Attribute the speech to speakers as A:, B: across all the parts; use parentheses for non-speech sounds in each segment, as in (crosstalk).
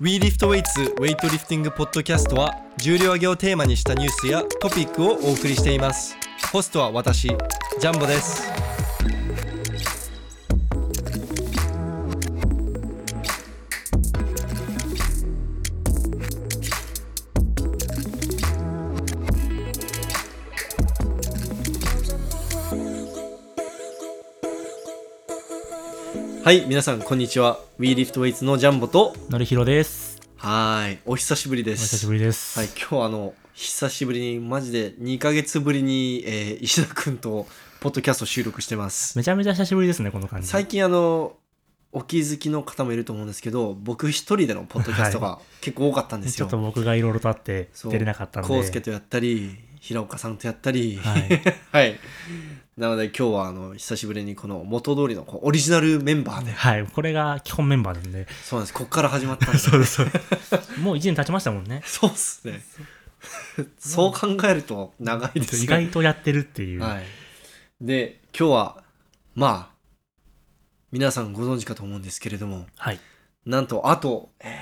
A: WeLiftWeights ウェイトリフティングポッドキャストは重量挙げをテーマにしたニュースやトピックをお送りしていますホストは私ジャンボですはい皆さんこんにちは WeLiftWeights のジャンボと
B: のりひろです。
A: はーいお久しぶりで
B: お
A: す
B: 久しぶりです。
A: はい、今日あの久しぶりにマジで2ヶ月ぶりに、えー石田君とポッドキャスト収録してます
B: めちゃめちゃ久しぶりですね、この感じ。
A: 最近あのお気づきの方もいると思うんですけど僕一人でのポッドキャストが結構多かったんです
B: ちょ
A: よ、
B: っと僕がいろいろとあって
A: そう
B: 出れなかったので。
A: 康介とやったり平岡さんとやったり
B: は
A: はいなので今日はあの久しぶりにこの元通りのこうオリジナルメンバーで
B: はい、これが基本メンバーなんで。
A: そうなんですこっから始まったんです
B: う (laughs) そう。もう1年経ちましたもんね。
A: そうっすね (laughs) そう考えると長いですね
B: 意外とやってるっていう。
A: はい、で今日はまあ皆さんご存知かと思うんですけれども
B: はい。
A: なんとあとえーっ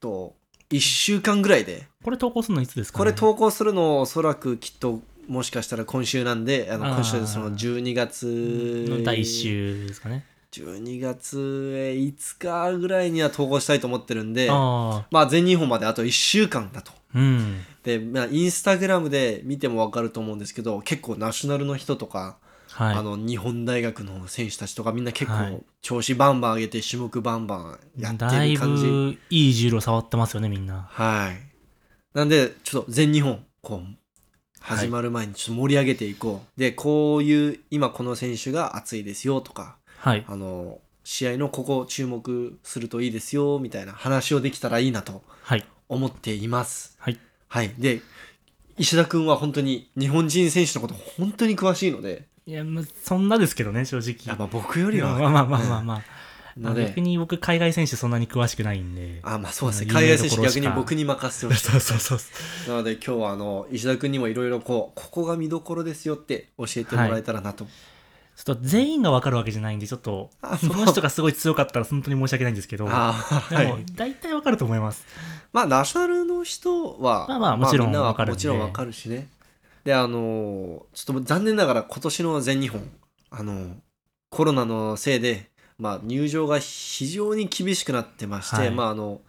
A: と1週間ぐらいで
B: これ投稿するのいつですか、ね、
A: これ投稿するのおそらくきっともしかしたら今週なんであの
B: あー
A: 今週でその12月
B: の第1週ですかね。
A: 12月5日ぐらいには投稿したいと思ってるんで
B: ああ。
A: まあ全日本まであと1週間だと
B: うん。
A: で、まあ、インスタグラムで見ても分かると思うんですけど結構ナショナルの人とか
B: はい。
A: あの日本大学の選手たちとかみんな結
B: は
A: 構
B: い
A: 調子バンバン上げて種目バンバンやっ
B: だ
A: て
B: い
A: る感じ
B: ぶいい重量触ってますよね、みんな。
A: はいなんでちょっと全日本こう始まる前にちょっと盛り上げていこう、でこういう今この選手が熱いですよとか
B: はい。
A: あの試合のここ注目するといいですよみたいな話をできたらいいなと
B: はい。
A: 思っています
B: はい。
A: はいで石田君は本当に日本人選手のこと本当に詳しいので
B: いや、まあ、そんなですけどね、正直。
A: やっぱ僕より
B: まあ
A: は
B: まあまあまあまあ。
A: ので
B: 逆に僕、海外選手そんなに詳しくないんで。
A: あまあそうですね
B: あの
A: 海外選手
B: 有名どころし
A: 逆
B: か
A: に僕に任せてほし
B: そうそうそ
A: い
B: う。
A: なので今日はあの石田君にもいろいろこうここが見どころですよって教えてもらえたらなと、
B: ちょっと全員が分かるわけじゃないんで、ちょっと、
A: あ
B: その人がすごい強かったら本当に申し訳ないんですけど、
A: あー
B: で
A: は
B: も
A: い、
B: 大体分かると思います。
A: まあナショナルの人は
B: まあまあもちろん
A: みなは
B: わかるんで
A: もちろんわかるしねであのーちょっと残念ながら今年の全日本あのーコロナのせいで、まあ、入場が非常に厳しくなってまして、
B: はい
A: まああの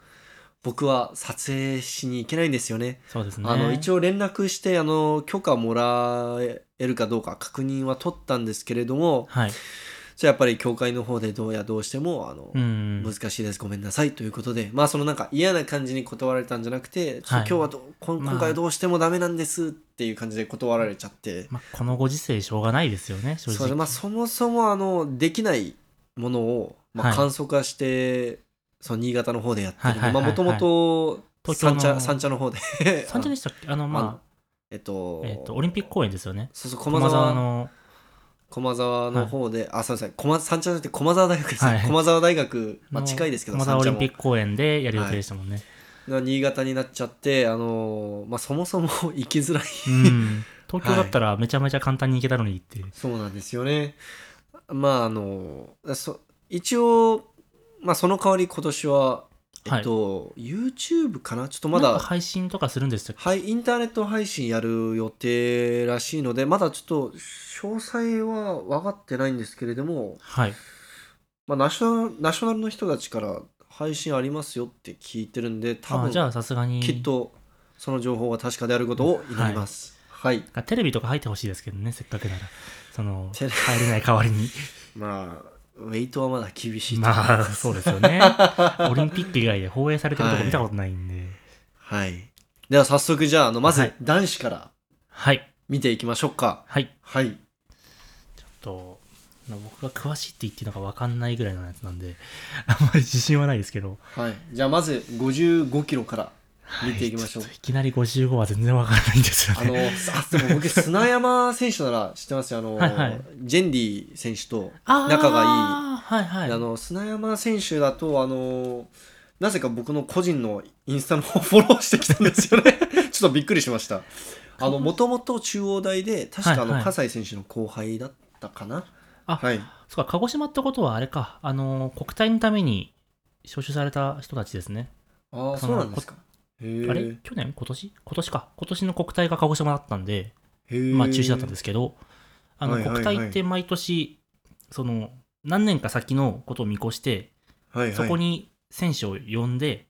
A: 僕は撮影しに行けないんですよね
B: そうですね。
A: あの一応連絡してあの許可もらえるかどうか確認は取ったんですけれども
B: はい。
A: じゃあやっぱり協会の方でどうやどうしてもあの、
B: うん。
A: 難しいですごめんなさいということでまあそのなんか嫌な感じに断られたんじゃなくて、ちょっと今日はどこん
B: まあ
A: 今回はどうしてもダメなんですっていう感じで断られちゃって、
B: まあ、このご時世しょうがないですよね、
A: そ
B: 正
A: れ
B: 直。
A: でまあ、そもそもあのできないものを、ま
B: は
A: あ、
B: い
A: 簡素化して、その新潟の方でやって
B: はいはい
A: る
B: はい
A: もともと
B: 東京
A: 三
B: の
A: 茶三茶の方で
B: 三茶でしたっけあの、
A: (laughs) あ
B: ま
A: えっと
B: あ、えっ、と、オリンピック公演ですよね。
A: そうそう
B: 駒
A: 駒沢
B: 沢
A: の
B: の、
A: 駒沢の方で、あすみません駒三茶じゃなくて駒沢大学ですね、
B: はい
A: 駒沢大学、まあ、
B: の
A: 近いですけど
B: 駒沢オリンピ
A: 三
B: ック公演でやる予定でしたもんね。
A: 茶も新潟になっちゃってあのーまあそもそも行きづらい (laughs)
B: うん。東京だったらめちゃめちゃ簡単に行けたのにっていう。
A: そうなんですよねまああのそ一応まあその代わり今年はえっと、YouTube かなちょっとま
B: なんか
A: だ
B: 配信とかするんでしたっけ
A: はいインターネット配信やる予定らしいのでまだちょっと詳細は分かってないんですけれども
B: はい。
A: まあ、ナショナルナショナルの人たちから配信ありますよって聞いてるんで多
B: あ
A: 分
B: じゃあさすがに。
A: きっとその情報が確かであることを祈りますはい、
B: あテレビとか入ってほしいですけどね、せっかくなら。その、
A: テレ
B: 入れない代わり
A: (laughs)
B: に。
A: まあウェイトはまだ厳しいと思い
B: まあ、
A: ます
B: そうですよ
A: (laughs)
B: ね。オリンピック以外で放映されてるとこ見たことないんで。
A: はいでは早速じゃああのま
B: は
A: ず
B: い
A: 男子から
B: はい。
A: 見ていきましょうか
B: はい。
A: はい
B: と、僕が詳しいって言っていいのか分かんないぐらいのやつなんで、あんまり自信はないですけど。
A: はいじゃあまず55キロから見ていきましょう
B: はちっといきなり55は全然分からないんです
A: (laughs)
B: よ (laughs)
A: あの
B: ね。
A: あでも僕砂山選手なら知ってますよあの
B: はいはい
A: ジェンディ選手と
B: あー
A: 仲がいい
B: はいはい。
A: あの砂山選手だとあのなぜか僕の個人のインスタの方をフォローしてきたんですよね (laughs) ちょっとびっくりしましたあのもともと中央大で確かあの、
B: はいはい
A: 葛西選手の後輩だったかな
B: あ
A: はい
B: そうか、鹿児島ってことはあれか、あの、国体のために招集された人たちですね。
A: ああそ
B: その
A: うなんですかへえ
B: あれ去年今年今年か今年の国体が鹿児島だったんで、
A: へえ
B: まあ、中止だったんですけどあ
A: は
B: の
A: いはいは
B: 国
A: い
B: 体って毎年その何年か先のことを見越して
A: はいはい
B: そこに選手を呼んで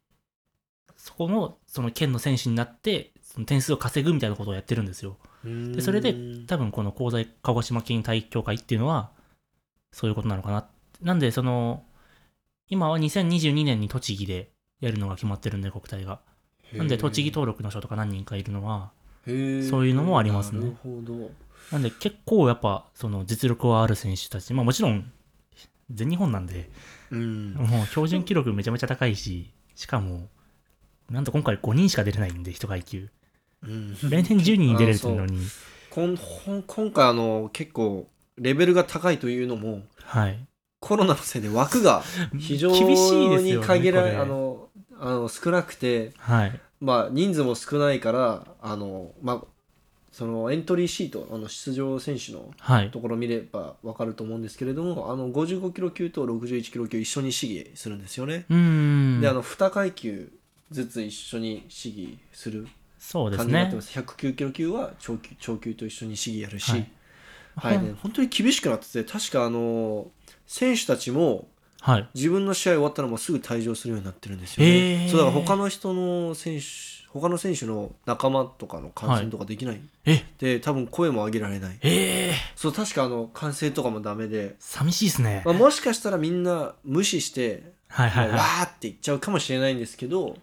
B: そこのその県の選手になってその点数を稼ぐみたいなことをやってるんですよ
A: で
B: それで多分この高材鹿児島県体育協会っていうのはそういうことなのかななんでその今は2022年に栃木でやるのが決まってるんで国体がなんで栃木登録の人とか何人かいるのは
A: そうい
B: いうのもありますね
A: なるほど
B: なんで結構やっぱその実力はある選手たちまあもちろん全日本なんで
A: うん
B: もう標準記録めちゃめちゃ高いししかもなんと今回5人しか出れないんで1階級
A: うん
B: (laughs) 例年10人出れてるのに
A: こんほん今回あの結構レベルが高いというのも
B: はい
A: コロナのせいで枠が非常
B: 厳しいです
A: に
B: よね
A: 限ら
B: こ
A: れ、
B: れ
A: あのあの少なくて、
B: はい
A: まあ、人数も少ないからあの、まあ、そのエントリーシートあの出場選手の
B: はい
A: ところを見れば分かると思うんですけれどもあの55キロ級と61キロ級一緒に試技するんですよね。
B: うーん
A: であの2階級ずつ一緒に試技する
B: そうで
A: 感
B: す
A: じになっ
B: ね
A: てます109キロ級は超級超級と一緒に試技やるし、
B: は
A: はいい
B: ほん
A: で本当に厳しくなってて確かあの選手たちも
B: はい
A: 自分の試合終わったらもうすぐ退場するようになってるんですよね。
B: へー
A: そうだから他の人の選手他の選手の仲間とかの観戦とかできない、
B: え
A: で多分声も上げられない
B: ええ
A: そう確かあの歓声とかもダメで、
B: 寂しいですね
A: まあ、もしかしたらみんな無視して、
B: はいはい
A: もう
B: はい
A: わーって言っちゃうかもしれないんですけど、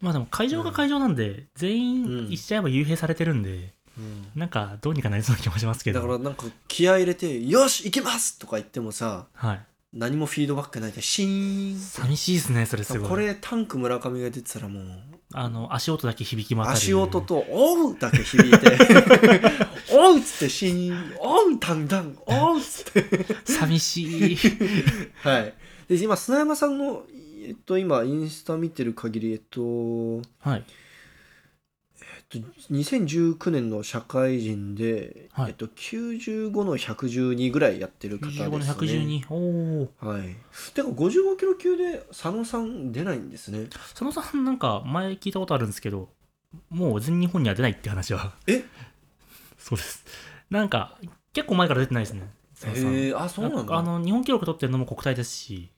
B: まあでも会場が会場なんで全員一試合は幽閉されてるんで
A: うん
B: なんかどうにかなりそうな気もしますけど
A: だからなんか気合い入れて「よし行きます!」とか言ってもさ
B: はい
A: 何もフィードバックないでシーン
B: 寂しいですねそれすごい
A: これタンク村上が出てたらもう
B: あの足音だけ響き渡る
A: 足音と「おう!」だけ響い
B: (laughs)
A: て「おう!」っつってシーン「おうタンタンおう!」っつって
B: 寂し
A: (laughs)
B: い
A: はいで今砂山さんのえっと今インスタ見てる限りえっと
B: はい
A: えっと2019年の社会人で、
B: はい
A: えっと、95の112ぐらいやってる方ですね
B: 95の112おお
A: はい。てか55キロ級で佐野さん出ないんですね。
B: 佐野さんなんか前聞いたことあるんですけどもう全日本には出ないって話は (laughs)
A: え
B: そうですなんか結構前から出てないですね佐野さん
A: へえあそうなん
B: あ
A: だ。
B: の日本記録取ってるのも国体ですし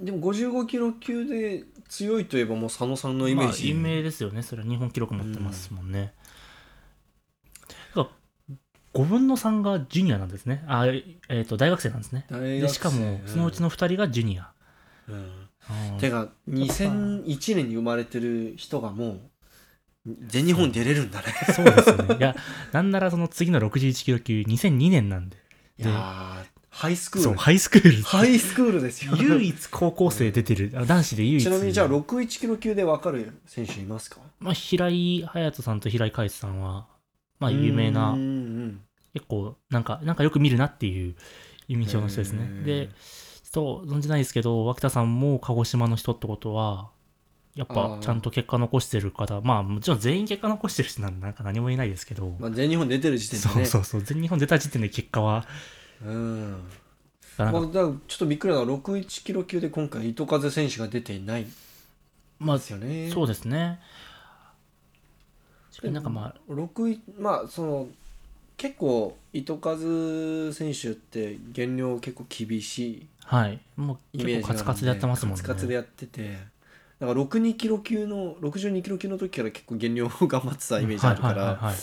A: でも55キロ級で強いといえばもう佐野さんのイメージ。
B: まあ、有名ですよねそれは日本記録持ってますもんね、だから5分の3がジュニアなんですねあええーと大学生なんですね
A: 大
B: で
A: 学生
B: しかもそのうち、の2人がジュニア、
A: うん
B: うん
A: てか2001年に生まれてる人がもう全日本出れるんだね。
B: そうですよねいやなんならその次の61キロ級2002年なんで
A: いやーハイスクー
B: そう
A: ル。
B: ハイスクール
A: ハイスクールですよ。
B: 唯一高校生出てる、あ男子で唯一
A: ちなみにじゃあ61キロ級で分かる選手いますか
B: まあ、平井隼人さんと平井海さんはまあ有名な
A: うんうん
B: 結構なんかなんかよく見るなっていう印象の人です
A: へ
B: ね
A: ー
B: でちょっと存じないですけど脇田さんも鹿児島の人ってことはやっ
A: あ
B: ぱ
A: ー
B: ちゃんと結果残してる方まあもちろん全員結果残してる人なんでなんか何も言えないですけど、
A: まあ、全日本出てる時点でね。
B: そうそうそう全日本出た時点で結果は
A: うん
B: な
A: ま
B: んか
A: あ、だからちょっとびっくりなのは61キロ級で今回糸数選手が出ていないんで
B: まあ
A: すよね。
B: そうですね確かになんかまあ
A: 六いまあその結構糸数選手って減量結構厳し
B: はい。もう
A: いイメージ
B: 結構
A: な
B: カ
A: の
B: ツカツでやってますもんね。
A: カツカツでやっててだから62キロ級の62キロ級の時から結構減量を頑張ってたイメージあるから、
B: はいはいはいはい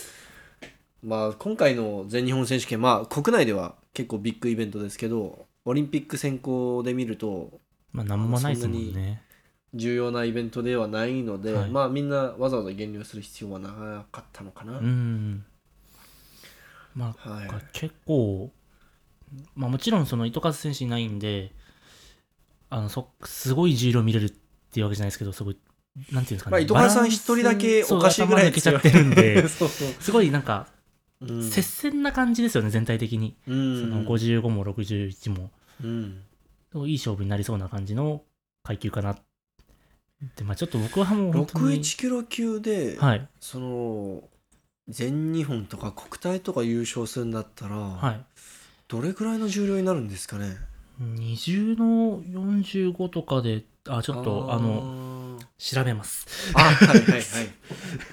A: まあ今回の全日本選手権まあ国内では結構ビッグイベントですけどオリンピック選考で見ると
B: まあ何もないですもんね。
A: 重要なイベントではないので、
B: はい
A: まあみんなわざわざ減量する必要はなかったのかな、
B: うん。ま
A: はい
B: あ結構、まあもちろんその糸数選手いないんで、あのそすごい重量見れるっていうわけじゃないですけど、すごい、なんていうんですかね。
A: まあ糸数さん一人だけおかしいぐらい、
B: 抜けちゃってるんで
A: (laughs) そうそう、
B: すごいなんか
A: うん
B: 接戦な感じですよね、全体的に。
A: うん
B: その55も61も。
A: うん
B: いい勝負になりそうな感じの階級かなでまあちょっと僕はもう本当に
A: 61キロ級で、
B: はい
A: その全日本とか国体とか優勝するんだったら、
B: はい
A: どれくらいの重量になるんですかね
B: 20の45とかであちょっとあの
A: の
B: 調
A: (laughs)
B: べます。
A: あはい
B: (laughs)
A: はいはい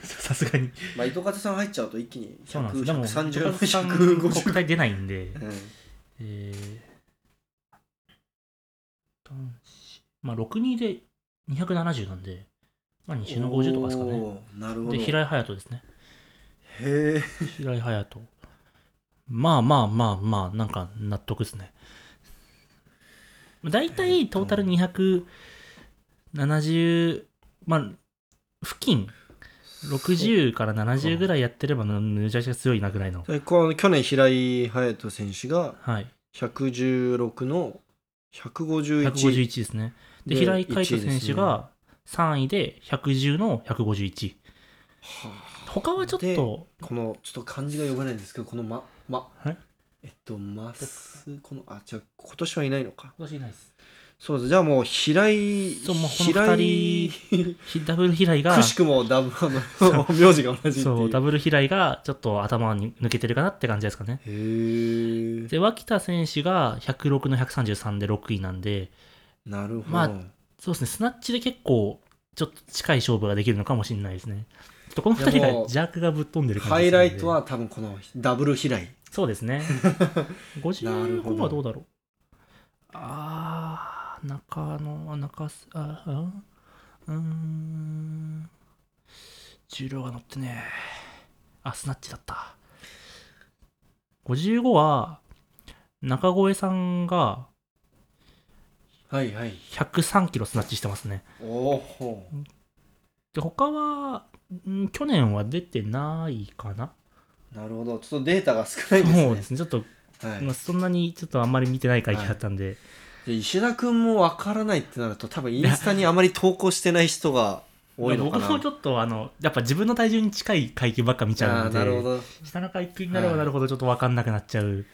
B: さすがに。
A: まあ糸方さん入っちゃうと一気に
B: そうなんです。でも、
A: 130
B: 徳田さん国
A: 150
B: 体出ないんで、
A: うん
B: えー、男子まあ、62で270なんで、まあ、西の50とかですかね。
A: おーなるほど
B: で、平井隼人ですね。
A: へえ
B: 平井隼人。まあまあまあまあ、なんか納得ですね。大体トータル270、まあ、付近、60から70ぐらいやってれば、ヌジャシが強いなぐらいの。
A: でこの去年平井隼人選手が
B: はい。
A: 116の151
B: 151ですね。で、
A: で
B: 平井海斗選手
A: は
B: が3位で110の151。
A: あ
B: 他はちょっ
A: で
B: と、
A: このちょっと漢字が読めないんですけどこのまま
B: はい
A: えっとますこのあじゃあ今年はいないのか
B: 今年いないです。
A: そうですじゃあもう平井
B: そうもうこの
A: 平井
B: ひダブル平井が
A: く、しくもダブあの (laughs) 名字が同じって
B: そ、
A: いうう
B: ダブル平井がちょっと頭に抜けてるかなって感じですかね。
A: へー
B: で、脇田選手が106の133で6位なんで、
A: なるほど、
B: まあそうですね、スナッチで結構、ちょっと近い勝負ができるのかもしれないですね。ちょっとこの2人
A: い
B: が
A: やもう
B: 邪悪がぶっ飛んでる感じ
A: ハ
B: で
A: イ
B: すね
A: ライトは多分このダブル平井
B: そうです
A: (laughs)
B: ね。
A: なるほど
B: 55はどうだろうあー、中野、中す、あ、うんうーん。重量が乗ってねあ、スナッチだった。55は、中越さんが
A: はいはい
B: 103キロスナッチしてますね。
A: おお
B: で、他は、ん去年は出てないかな
A: なるほどちょっとデータが少ないですね
B: そうですね。ちょっと、
A: はい
B: まあ、そんなにちょっとあんまり見てない会議だったんで、
A: で石田君もわからないってなると多分インスタにあまり投稿してない人が多いのかな
B: 僕もちょっとあのやっぱ自分の体重に近い階級ばっか見ちゃう
A: あー
B: ので
A: なるほど、は
B: 下の階級になればなるほどちょっと分かんなくなっちゃう、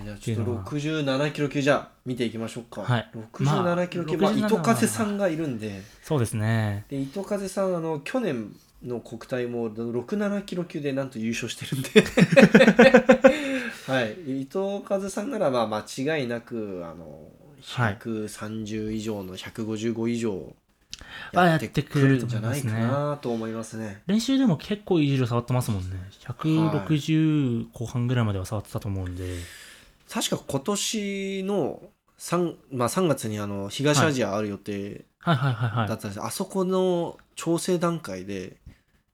A: い、じゃあちょっと67キロ級じゃあ見ていきましょうか、
B: はいまあ
A: 67キロ級、まあ
B: 67
A: 糸風さんがいるんで
B: そうですね
A: で糸風さんあの去年の国体も67キロ級でなんと優勝してるんで (laughs) はい糸風さんならまあ間違いなくあの
B: はい
A: 130以上の155以上
B: あ
A: やってくるんじゃないか
B: やってくれると思いますね
A: なと思いますね。
B: 練習でも結構いい重量触ってますもんね160後半ぐらいまでは触ってたと思うんで、
A: 確か今年の 3,、まあ、3月にあの東アジアある予定
B: はい、はいはいはい
A: だったんですけど、あそこの調整段階で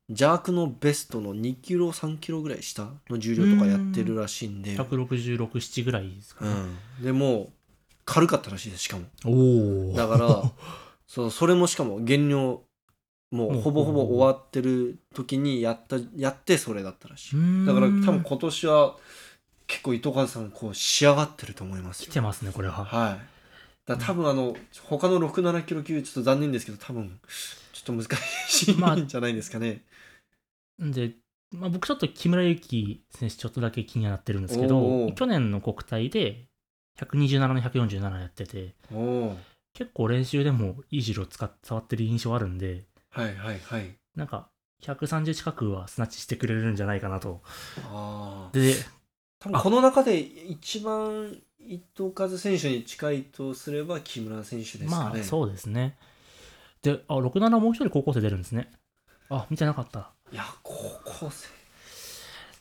A: 邪悪のベストの2キロ3キロぐらい下の重量とかやってるらしいんで、
B: 1667ぐらいですか
A: う
B: ね、
A: ん、でもう軽かったらしいですしかも
B: お
A: だ
B: お (laughs)
A: からそうそれもしかも減量もうほぼほぼ終わってる時にやったやってそれだったらしいだから多分今年は結構糸数さんこう仕上がってると思います
B: 来
A: よ
B: てますねこれは
A: はい。だから多分あの、他の6、7キロ級、ちょっと残念ですけど、多分ちょっと難し
B: まあ
A: いんじゃないですかね。
B: で、まあ、僕ちょっと木村祐希選手ちょっとだけ気にはなってるんですけ
A: お
B: ど
A: ー
B: 去年の国体で127の147やってて
A: おお
B: 結構練習でもいい重量使っ触ってる印象あるんで
A: はいはいはい。
B: なんか130近くはスナッチしてくれるんじゃないかなと
A: ああ。
B: で
A: 多分この中で一番伊藤和選手に近いとすれば、木村選手ですかね。
B: まあそうですねであ67もう一人高校生出るんですねあ見てなかった
A: いや、高校生。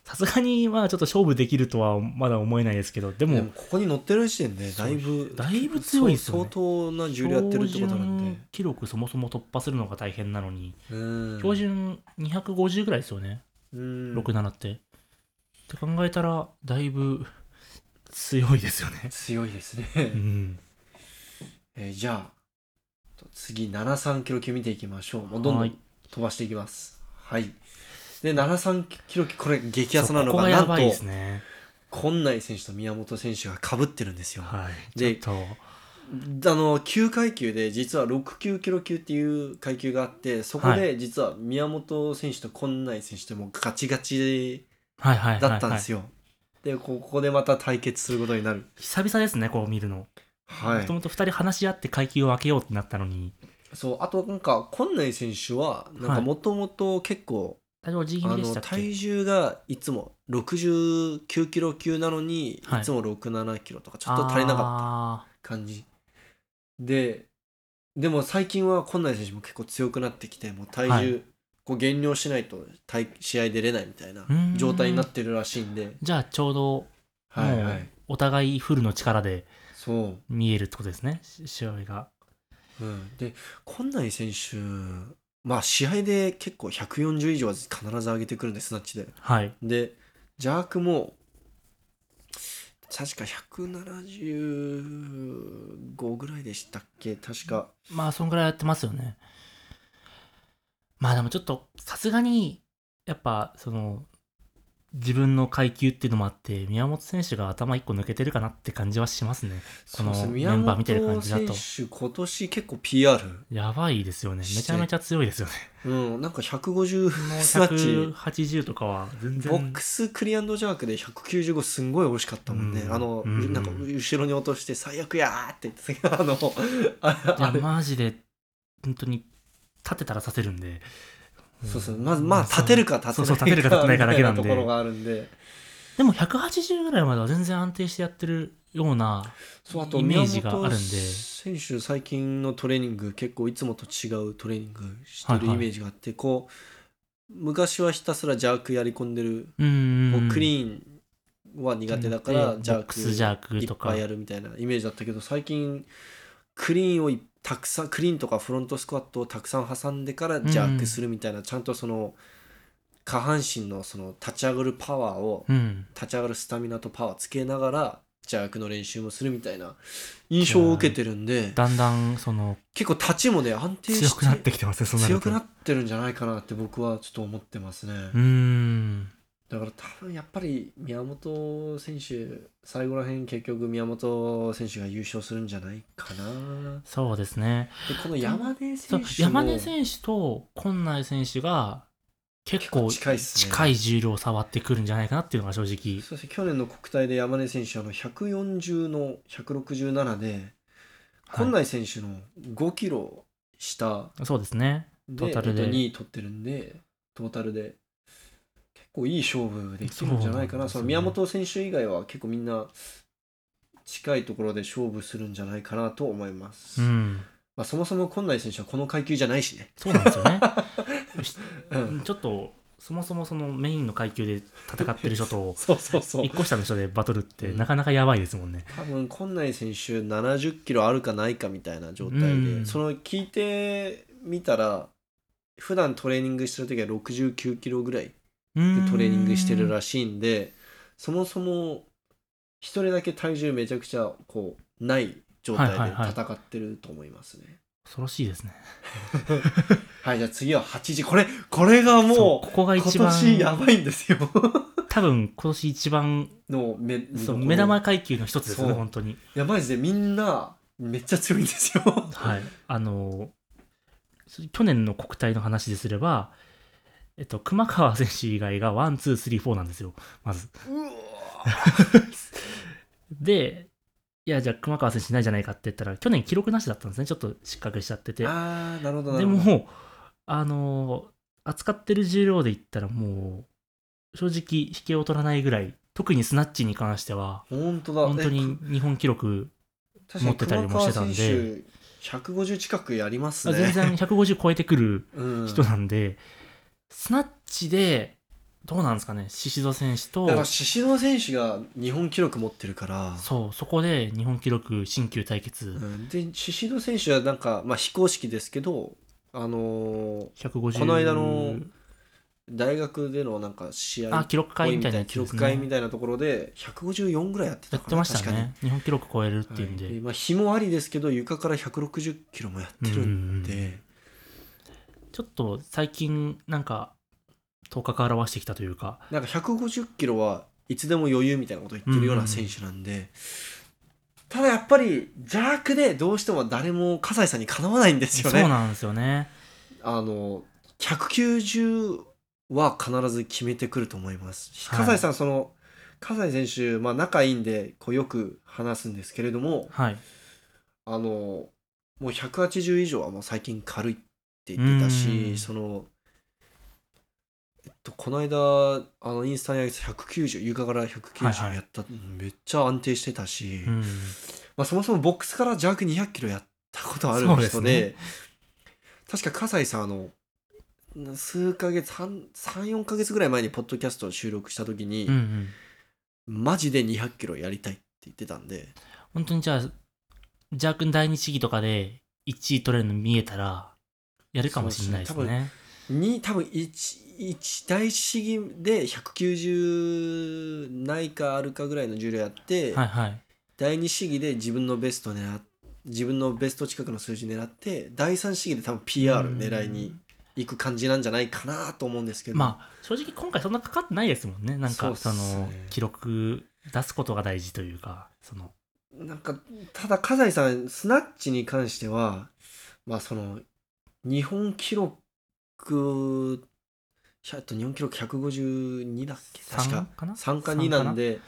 B: さすがにまあちょっと勝負できるとはまだ思えないですけどで
A: で
B: も
A: も、ここに乗ってる時点で、だいぶ、
B: だいぶ強いですよね
A: 相当な重量やってるってことなん
B: 標
A: で
B: 準。記録そもそも突破するのが大変なのに
A: うん。
B: 標準250ぐらいですよね、
A: うん
B: 67ってって考えたらだいぶ強いですよね
A: 強いですね。
B: うん
A: えーじゃあと次73キロ級見ていきましょうもうどんど
B: は
A: ん
B: い
A: 飛ばしていきますはいで73キロ級これ激安なの
B: そこ
A: が
B: が
A: なん
B: や
A: と
B: ばいですね
A: 今内選手と宮本選手がかぶってるんですよあ
B: はい
A: で
B: ちょっと
A: の9階級で実は69キロ級っていう階級があってそこ
B: は
A: で実は宮本選手と今内選手ともうガチガチ
B: はいはいはい、はい、
A: だったんですよ、でここでまた対決することになる
B: 久々ですねこう見るの
A: は
B: も
A: い
B: ともと2人話し合って階級を分けようってなったのに
A: そうあとなんか今内選手はなん
B: は
A: か
B: い
A: もともと結構、
B: 大丈夫ジギ
A: あ
B: リでし
A: の
B: たっけ
A: 体重がいつも69キロ級なのに、
B: はい
A: い、つも67キロとかちょっと足りなかった
B: かっ
A: 感じででも最近は今内選手も結構強くなってきてもう体重、
B: はい
A: こう減量しないと体試合出れないみたいな
B: うーん
A: 状態になってるらしいんで
B: じゃあちょうど
A: はい
B: も
A: はい
B: うお互いフルの力で
A: そ
B: 見えるってことですねし試合が
A: う、うん、で今内選手まあ試合で結構140以上は必ず上げてくるんでスナッチで
B: はい
A: でジャークも確か175ぐらいでしたっけ確か
B: まあそんぐらいやってますよねまあでもちょっとさすがにやっぱその自分の階級っていうのもあって宮本選手が頭一個抜けてるかなって感じはしますねこの
A: そうですね
B: メンバー見てる感じだと
A: 宮本選手今年結構 PR
B: やばいですよねめちゃめちゃ強いですよね
A: うんなんか150
B: もう
A: スナッチ
B: 180とかは全然
A: ボックスクリアンドジャークで195すんごい惜しかったもんね、
B: うん
A: あの、
B: うん
A: なんか後ろに落として最悪やーって言ってたけどあのあ
B: いや
A: (laughs) あれ
B: マジで本当に立てたら立てるんで
A: そうそうまずまあ
B: そう
A: 立てるか立て
B: そう
A: ない
B: そう立てるか立てないかだけなんで
A: みたいところがあるんで
B: でも180ぐらいまでは全然安定してやってるような
A: そうあと
B: イメージがあるんで
A: 宮本選手最近のトレーニング結構いつもと違うトレーニングして
B: はい
A: る
B: は
A: イ
B: い
A: メージがあって、こう昔はひたすらジャークやり込んでる、
B: う
A: こうんクリーンは苦手だからジ
B: ジャ
A: ャ
B: ッ
A: ー
B: ク
A: ク
B: スジャークと
A: いっ
B: か
A: ぱいやるみたいなイメージだったけど最近クリーンをいたくさんクリーンとかフロントスクワットをたくさん挟んでからジャークするみたいな、ちゃんとその下半身のその立ち上がるパワーを
B: うん
A: 立ち上がるスタミナとパワーつけながらジャークの練習もするみたいな印象を受けてるんで
B: だんだんその
A: 結構立ちもね安定して
B: 強くなってきてますねそうなる
A: 強
B: と
A: くなってるんじゃないかなって僕はちょっと思ってますね。
B: うーん
A: だから多分やっぱり宮本選手最後らへん結局宮本選手が優勝するんじゃないかな
B: そうですね
A: でこの山根
B: そ
A: 選
B: う
A: 手も
B: 山根選手と今内選手が結構
A: 結構近いっすね
B: 近い重量を触ってくるんじゃないかなっていうのが正直
A: そうですね去年の国体で山根選手あの140の167で
B: はい
A: 今内選手の5キロ下
B: そうですね
A: で,、
B: トータルで
A: 2位取ってるんでトータルで結構いい勝負できるんじゃないかなその
B: そうなんですよね
A: 宮本選手以外は結構みんな近いところで勝負するんじゃないかなと思います。
B: うん
A: まあ、そもそも今内選手はこの階級じゃないし
B: (laughs)
A: ね。
B: そうなんですよね
A: (laughs) うん
B: ちょっとそもそもそのメインの階級で戦ってる人と
A: (laughs) そうそうそ
B: 一。個下の人でバトルって
A: うん
B: なかなかやばいですもんね。
A: 多分今内選手70キロあるかないかみたいな状態で、
B: うん
A: その聞いてみたら普段トレーニングしてる時は69キロぐらいで
B: ト
A: トレーニングしてる
B: し
A: らしいんでそもそも一人だけ体重めちゃくちゃこうない状態
B: はい
A: で
B: はいはい
A: 戦ってると思いますね。
B: 恐ろしいですね。
A: はい、じゃあ次は8時これこれが
B: そ
A: も
B: うここが
A: う今
B: 一番
A: 年やばいんですよ。 (laughs)
B: 多分今年一番
A: の目
B: そう
A: の
B: 目玉階級の一つですね
A: そう
B: 本当に。
A: いやマジでみんなめっちゃ強いんですよ。
B: はい。あの去年の国体の話ですれば。えっと、熊川選手以外がワンツースリーフォーなんですよまず
A: うわ
B: でいやじゃあ熊川選手いないじゃないかって言ったら去年記録なしだったんですねちょっと失格しちゃってて
A: あーなるほどな
B: で
A: るほど
B: も、あのー扱ってる重量で言ったらもう、正直、引けを取らないぐらい、特にスナッチに関しては、
A: 本当だ
B: 本当
A: え
B: に日本記録、
A: 確か
B: 持
A: に
B: ってたりもしてたんで
A: 熊川選手150近くやりますね
B: 全然150超えてくる
A: うん、
B: 人なんで、スナッチで、どうなんですかね、宍戸選手
A: だから
B: と、
A: 宍戸選手が日本記録持ってるから
B: そう、そこで日本記録、新旧対
A: う
B: 決、
A: んで宍戸選手はなんか、まあ、非公式ですけどあのー
B: 150。
A: この間の大学でのなんか試合
B: あ、記録会みたいなやつ
A: 記
B: ですね
A: 録会みたいなところで154ぐらいやってた
B: やっ
A: か
B: て
A: ら
B: ました
A: 確かに
B: ね。日本記録超えるっていうんで。
A: はいまあ、日もありですけど床から160キロもやってるんで、
B: うんうんちょっと最近、なんか、頭角を現してきたというか、
A: なんか150キロはいつでも余裕みたいなこと言ってるような選手なんで、ただやっぱり邪悪でどうしても誰も葛西さんにかなわないんですよ
B: そう
A: ね。
B: なんですよね。
A: あの190は必ず決めてくると思います。
B: はい
A: 葛西さんその葛西選手、まあ、仲いいんでこうよく話すんですけれども
B: はい。
A: あのもう180以上はもう最近軽いって言ってたし、
B: うん
A: その、えっと、この間あのインスタに上げてた190床から
B: はいは
A: 190
B: い
A: やった、めっちゃ安定してたし、
B: うん。
A: まあ、そもそもボックスから弱200キロやったことある
B: そうです
A: 人
B: ね
A: で確か笠井さんあの数ヶ月34ヶ月ぐらい前にポッドキャストを収録した時に、
B: うんうん。
A: マジで2 0 0キロやりたいって言ってたんで
B: 本当にじゃあ、邪君第二試技とかで1位取れるの見えたら、やるかもしれないです
A: そうです
B: ね。
A: に多分1一大試技で190ないかあるかぐらいの重量やって、
B: はいはい。
A: 第2試技で自分のベスト狙っ自分のベスト近くの数字狙って第3試技で多分 PR 狙いに行く感じなんじゃないかなと思うんですけど、
B: まあ、正直今回そんなかかってないですもんね。なん
A: そう
B: か、
A: っす
B: そ
A: ね
B: の、記録出すことが大事というか、その、
A: なんかただ葛西さんスナッチに関してはまあその日本記録ひゃえっと日本記録152だっけ確か
B: 3かな
A: 3か2なん。で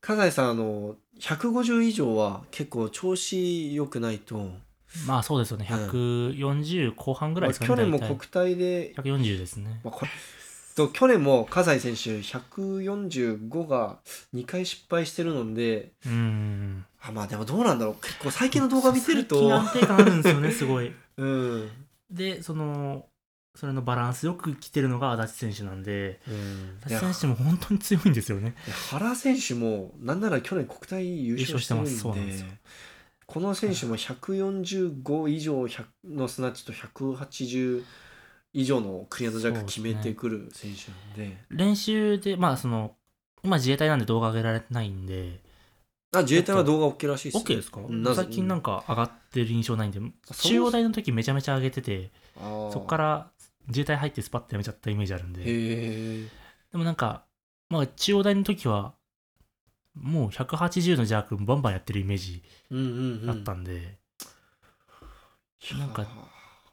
A: 葛西さんあの150以上は結構調子良くないと、
B: 三かなまあそうですよね。140後半ぐらい
A: まあ
B: ですかね。
A: 去年も
B: 大体
A: 国体で
B: 140ですね。
A: まあ、これと去年も葛西選手145が2回失敗してるので
B: うん。
A: あまあでもどうなんだろう結構最近の動画見てる
B: 最近
A: と
B: 安定感あるんですよね、すごい。
A: うん、
B: で、その、それのバランスよく来てるのが足立選手なんで、
A: うんい
B: 足
A: や
B: 立選手も本当に強いんですよね。
A: 原選手もなんなら去年国体優勝してるんで
B: 優勝してますそうなんですよ
A: この選手も145以上100のスナッチと180以上のクリアンドジャック決めてくる選手なんで
B: 練習で、まあその、今自衛隊なんで動画上げられてないんで、
A: あ自衛隊は動画 OK らしいっすね
B: OK ですか
A: うんなぜ
B: 最近なんか上がってる印象ないんで、
A: そう
B: 中央大の時めちゃめちゃ上げてて、
A: あー
B: そっから自衛隊入ってスパッとやめちゃったイメージあるんで、で
A: へえ
B: もなんか、まあ中央大の時は、もう180のジャークバンバンやってるイメージ
A: うんうんうん
B: だったんで、なんか
A: いや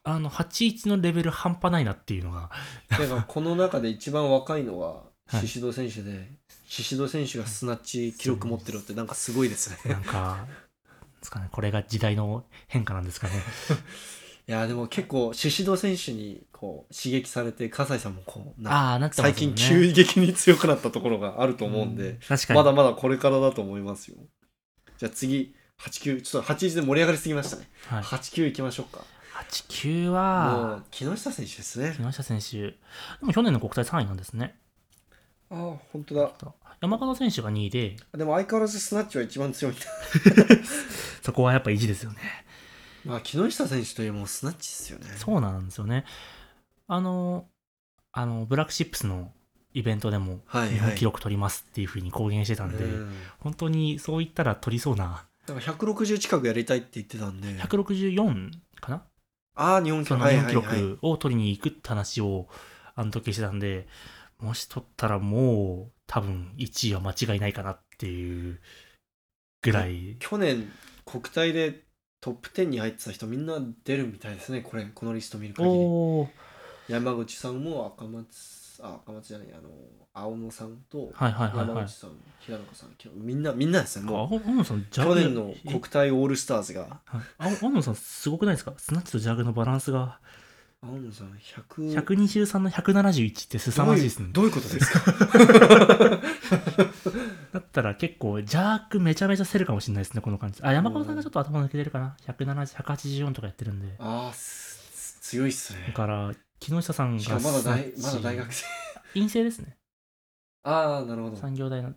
B: あの、81のレベル半端ないなっていうの
A: (laughs)
B: が、
A: だからこの中で一番若いのは
B: はい
A: 宍戸選手で、宍戸選手がスナッチ記録持ってるってなんかすごいですね。
B: なんか、ですかね、これが時代の変化なんですかね。
A: いやでも結構宍戸選手にこう刺激されて葛西さんもこうな
B: ああ、なってます
A: 最
B: よ
A: 近
B: ね
A: 急激に強くなったところがあると思うんで、
B: 確かに。
A: まだまだこれからだと思いますよ。じゃあ次89ちょっと81で盛り上がりすぎましたね。
B: はい、
A: 89いきましょうか。
B: 8、9
A: も
B: は
A: う、木下選手ですね
B: 木。下選手、でも去年の国体3位なんですね。
A: ああ本当だ。
B: 山川選手が2位で、
A: でも相変わらずスナッチは一番強いんだ。
B: そこはやっぱ意地ですよね。
A: (laughs) まあ木下選手というもうスナッチですよね。
B: そうなんですよね。あの、あの、ブラックシップスのイベントでも、
A: はいはい
B: 日本記録取りますっていうふうに公言してたんで、
A: うん
B: 本当にそう言ったら取りそうな、
A: だから160近くやりたいって言ってたんで、
B: 164かな
A: ああ、日本記
B: そ
A: 録、
B: の日本
A: は
B: 記
A: いはいはい
B: 録を取りに行くって話をあの時してたんで、もし取ったらもう多分1位は間違いないかなっていうぐらい、
A: 去年、国体でトップ10に入ってた人、みんな出るみたいですね、これ、このリスト見る限り。
B: おー
A: 山口さんも赤松、あ、赤松じゃない、あの、青野さんと、
B: はいはいはいは
A: 山
B: い
A: 口。さん、平中さん、きょみんな、みんなですね、
B: あ
A: もう。
B: 青野さん、ジャ
A: 去
B: グ
A: 年の国体オールスターズが、
B: はい青青野さん、すごくないですかスナッチとジャグのバランスが、
A: 青野さん、100、
B: 123の171って凄まじいですね。
A: どういうどういうことですか
B: だったら結構、ジャークめちゃめちゃせるかもしれないですね、この感じ。あ、山川さんがちょっと頭抜けてるかな。170、184とかやってるんで。
A: ああ、す強いっす
B: だ
A: ね。
B: から、木下さんが
A: しかもまだ大、
B: スナッ
A: ま
B: チ
A: だ大学生。
B: 陰性ですね。
A: ああ、なるほど。
B: 産業大の。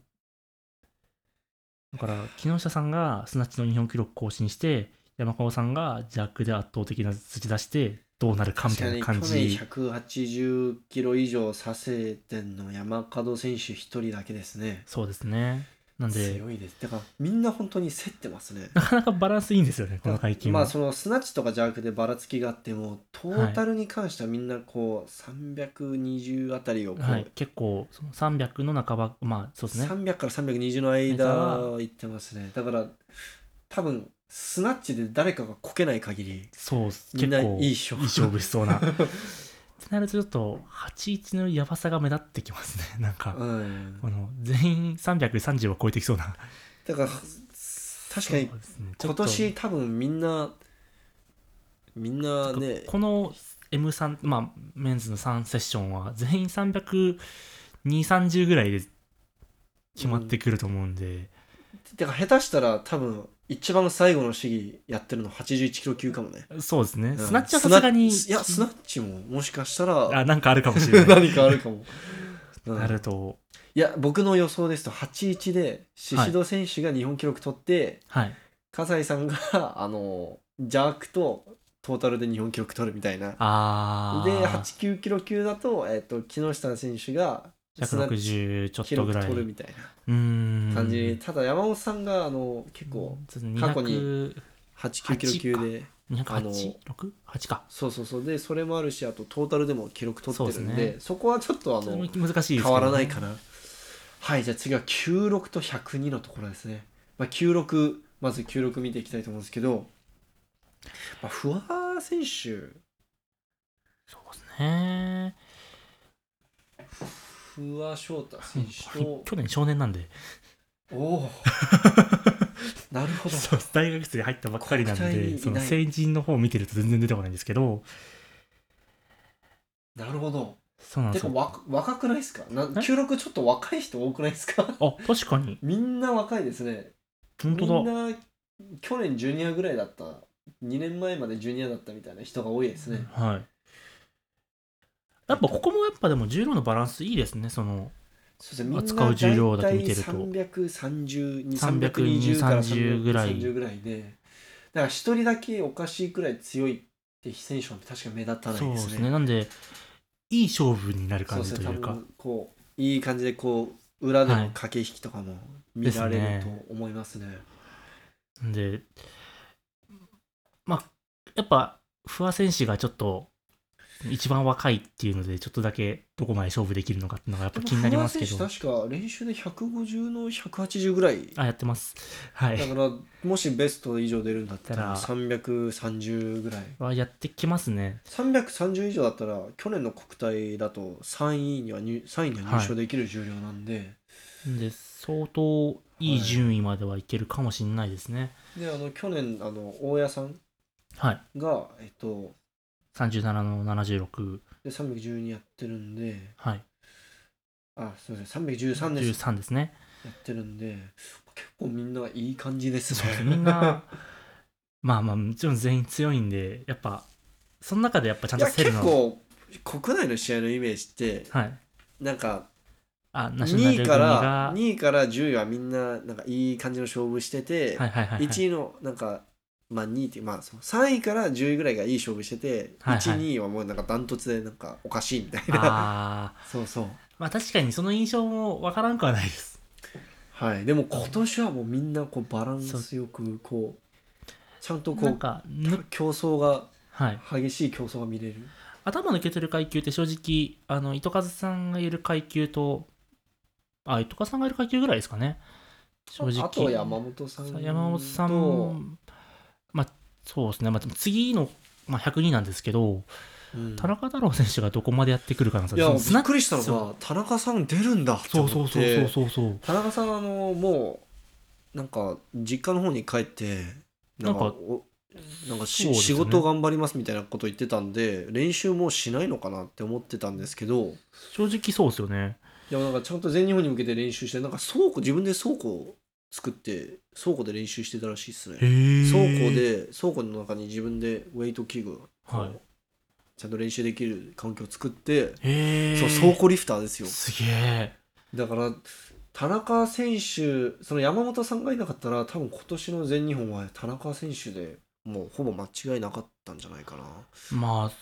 B: だから、木下さんがスナッチの日本記録更新して、山川さんがジャックで圧倒的な土出して、どうなるかみたいな感
A: 確かに
B: じ。
A: 去年180キロ以上させてんの山門選手一人だけですね
B: そうですね。なんで、
A: 強いですだからみんな本当に競ってますね
B: (laughs) なかなかバランスいいんですよね、この会見
A: ま
B: は。
A: あそのスナッチとかジャークでばらつきがあってもトータルに関してはみんなこう320あたりをこう、
B: はい、結構、その300の半ば、まあ、そうですね。
A: 300から320の間いってますねだから多分スナッチで誰かがこけない限り
B: そう、結
A: みんない
B: 構、
A: い勝負
B: 勝負しそうな。ってなると、ちょっと、81のやばさが目立ってきますね、 (laughs) なんか。
A: うん
B: この全員330は超えてきそうな。
A: だから確かに
B: そうですねちょ
A: 今
B: っと
A: 年多分みんなみんなね
B: この M3、まあ、メンズの3セッションは全員300、230ぐらいで決まってくると思うんで、
A: だから下手したら多分一番最後の試技やってるの81キロ級かもね。
B: そうですね。
A: うん
B: スナッチはさすがに、
A: スナッチいや、スナッチももしかしたら
B: あ、なんかあるかもしれない。
A: (laughs) 何かあるかも。うん
B: なると、
A: いや、僕の予想ですと81で宍戸選手が日本記録取って、
B: はい。
A: 葛西さんが (laughs) あの邪悪とトータルで日本記録取るみたいな。
B: あ
A: で
B: ー、
A: 89キロ級だと,、えっと木下選手がスナッチ
B: 160ちょっ
A: 記
B: とぐ
A: 録
B: らい。
A: 取る
B: う
A: みたい
B: ーん。
A: な感じで、ただ山本さんがあの結構
B: ちょっと
A: 過去に
B: 200
A: 89キロ級であの
B: 208?6?8 か。
A: そうそうそうでそれもあるしあとトータルでも記録取ってるんで
B: そう
A: そ
B: です
A: こはちょっとあ
B: それも
A: の
B: 難しいですけどね
A: 変わらないかなはいじゃあ次は96と102のところですね、まあ、96まず96見ていきたいと思うんですけど、まあ、不破選手
B: そうですね。
A: 不破翔太選手と
B: 去年少年なんで、
A: おお (laughs) なるほど
B: そう大学生入ったばっかりなん
A: 国体にい
B: で、
A: ない
B: その成人の方を見てると全然出てこないんですけど、
A: なるほど
B: そうなんで
A: て
B: す
A: か
B: よ。
A: 若若くないですかな96ちょっと若い人多くないですか
B: あ、確かに。
A: みんな若いですね
B: 本
A: み
B: 当
A: ん
B: だ。
A: な去年ジュニアぐらいだった2年前までジュニアだったみたいな人が多いですね
B: はい。やっぱここもやっぱでも重量のバランスいいですね、その
A: そうですねみんな
B: 扱う重量だけ見てると
A: 330320から
B: 320ぐらい
A: 330ぐらいでだから一人だけおかしいくらい強いって非選手は確か目立たない
B: そう
A: で
B: ですす
A: ね
B: ね。なんで、いい勝負になる
A: そう
B: 感
A: です
B: じ
A: ね
B: という
A: 多
B: か。
A: 分こういい感じでこう裏での
B: はい
A: 駆け引きとかも見られると思いますね,、
B: なんで、まあ、やっぱ、不破選手がちょっと、一番若いっていうので、ちょっとだけどこまで勝負できるのかっていうのがやっぱ気になりますけ
A: でも
B: ど
A: フォア。選手確か練習で150の180ぐらい
B: あ、やってます。は
A: だ
B: い。
A: からもしベスト以上出るんだったら
B: だか
A: 330ぐらい
B: はやってきますね。
A: 330以上だったら去年の国体だと3位には入3位には入賞できる重量なんで,、
B: で、相当いい順位まではいけるかもしれないですね。
A: であの去年あの大家さん
B: はい。
A: が、えっと、
B: 37の76。
A: で312やってるんで
B: はい。
A: あすいません313です
B: 13ですね。
A: やってるんで結構みんないい感じです
B: そうです
A: ね。
B: み
A: (laughs)
B: んな、まあまあ、もちろん全員強いんで、やっぱ、その中でやっぱちゃん
A: い
B: と
A: や
B: セル
A: 結
B: の。
A: 構国内の試合のイメージって
B: はい。
A: なんか
B: あ、ナショナル
A: 2
B: 組
A: 位
B: が。
A: から2位から10位はみんななんかいい感じの勝負してて、
B: はいはいはい、はい。
A: 1位のなんか、まあ、2位っていうまあその3位から10位ぐらいがいい勝負してて、
B: はいはい
A: 1、2位はもうなんかダントツでなんかおかしいみたいな
B: ああ、
A: そうそう
B: まあ確かにその印象もわからんくはないです。
A: はいでも今年はもうみんなこうバランスよくこうちゃんとこ
B: なん
A: う
B: か、ぬ
A: 競争が
B: はい、
A: 激しい競争が見れる
B: 頭抜けてる階級って正直、あの、糸数さんがいる階級と、あ、糸数さんがいる階級ぐらいですかね。正直。
A: あとは山本さんと
B: 山本さんも、まあそうですね、まあ、次の、まあ、102なんですけど、
A: うん
B: 田中太郎選手がどこまでやってくるかなんです
A: いや
B: よそ
A: び
B: のスナ
A: っ
B: ッチ
A: くりしたのが田中さん出るんだって
B: そ
A: 思
B: う
A: って
B: そうそうそうそうそう。
A: 田中さんあのもうなんか実家の方に帰ってなんか
B: なんか
A: おなんかし
B: そうです
A: 仕
B: ね
A: 事頑張りますみたいなこと言ってたんで練習もうしないのかなって思ってたんですけど
B: 正直そうですよね。
A: でもなんかちゃんと全日本に向けて練習してなんか倉庫自分で倉庫を作って倉庫で練習してたらしいですね
B: 倉
A: 倉庫、で倉庫の中に自分でウェイト器具を
B: はい
A: ちゃんと練習できる環境を作って、
B: へー
A: そう倉庫リフターですよ
B: すげえ。
A: だから田中選手その山本さんがいなかったら多分今年の全日本は田中選手でもうほぼ間違いなかったんじゃないかな
B: まあ、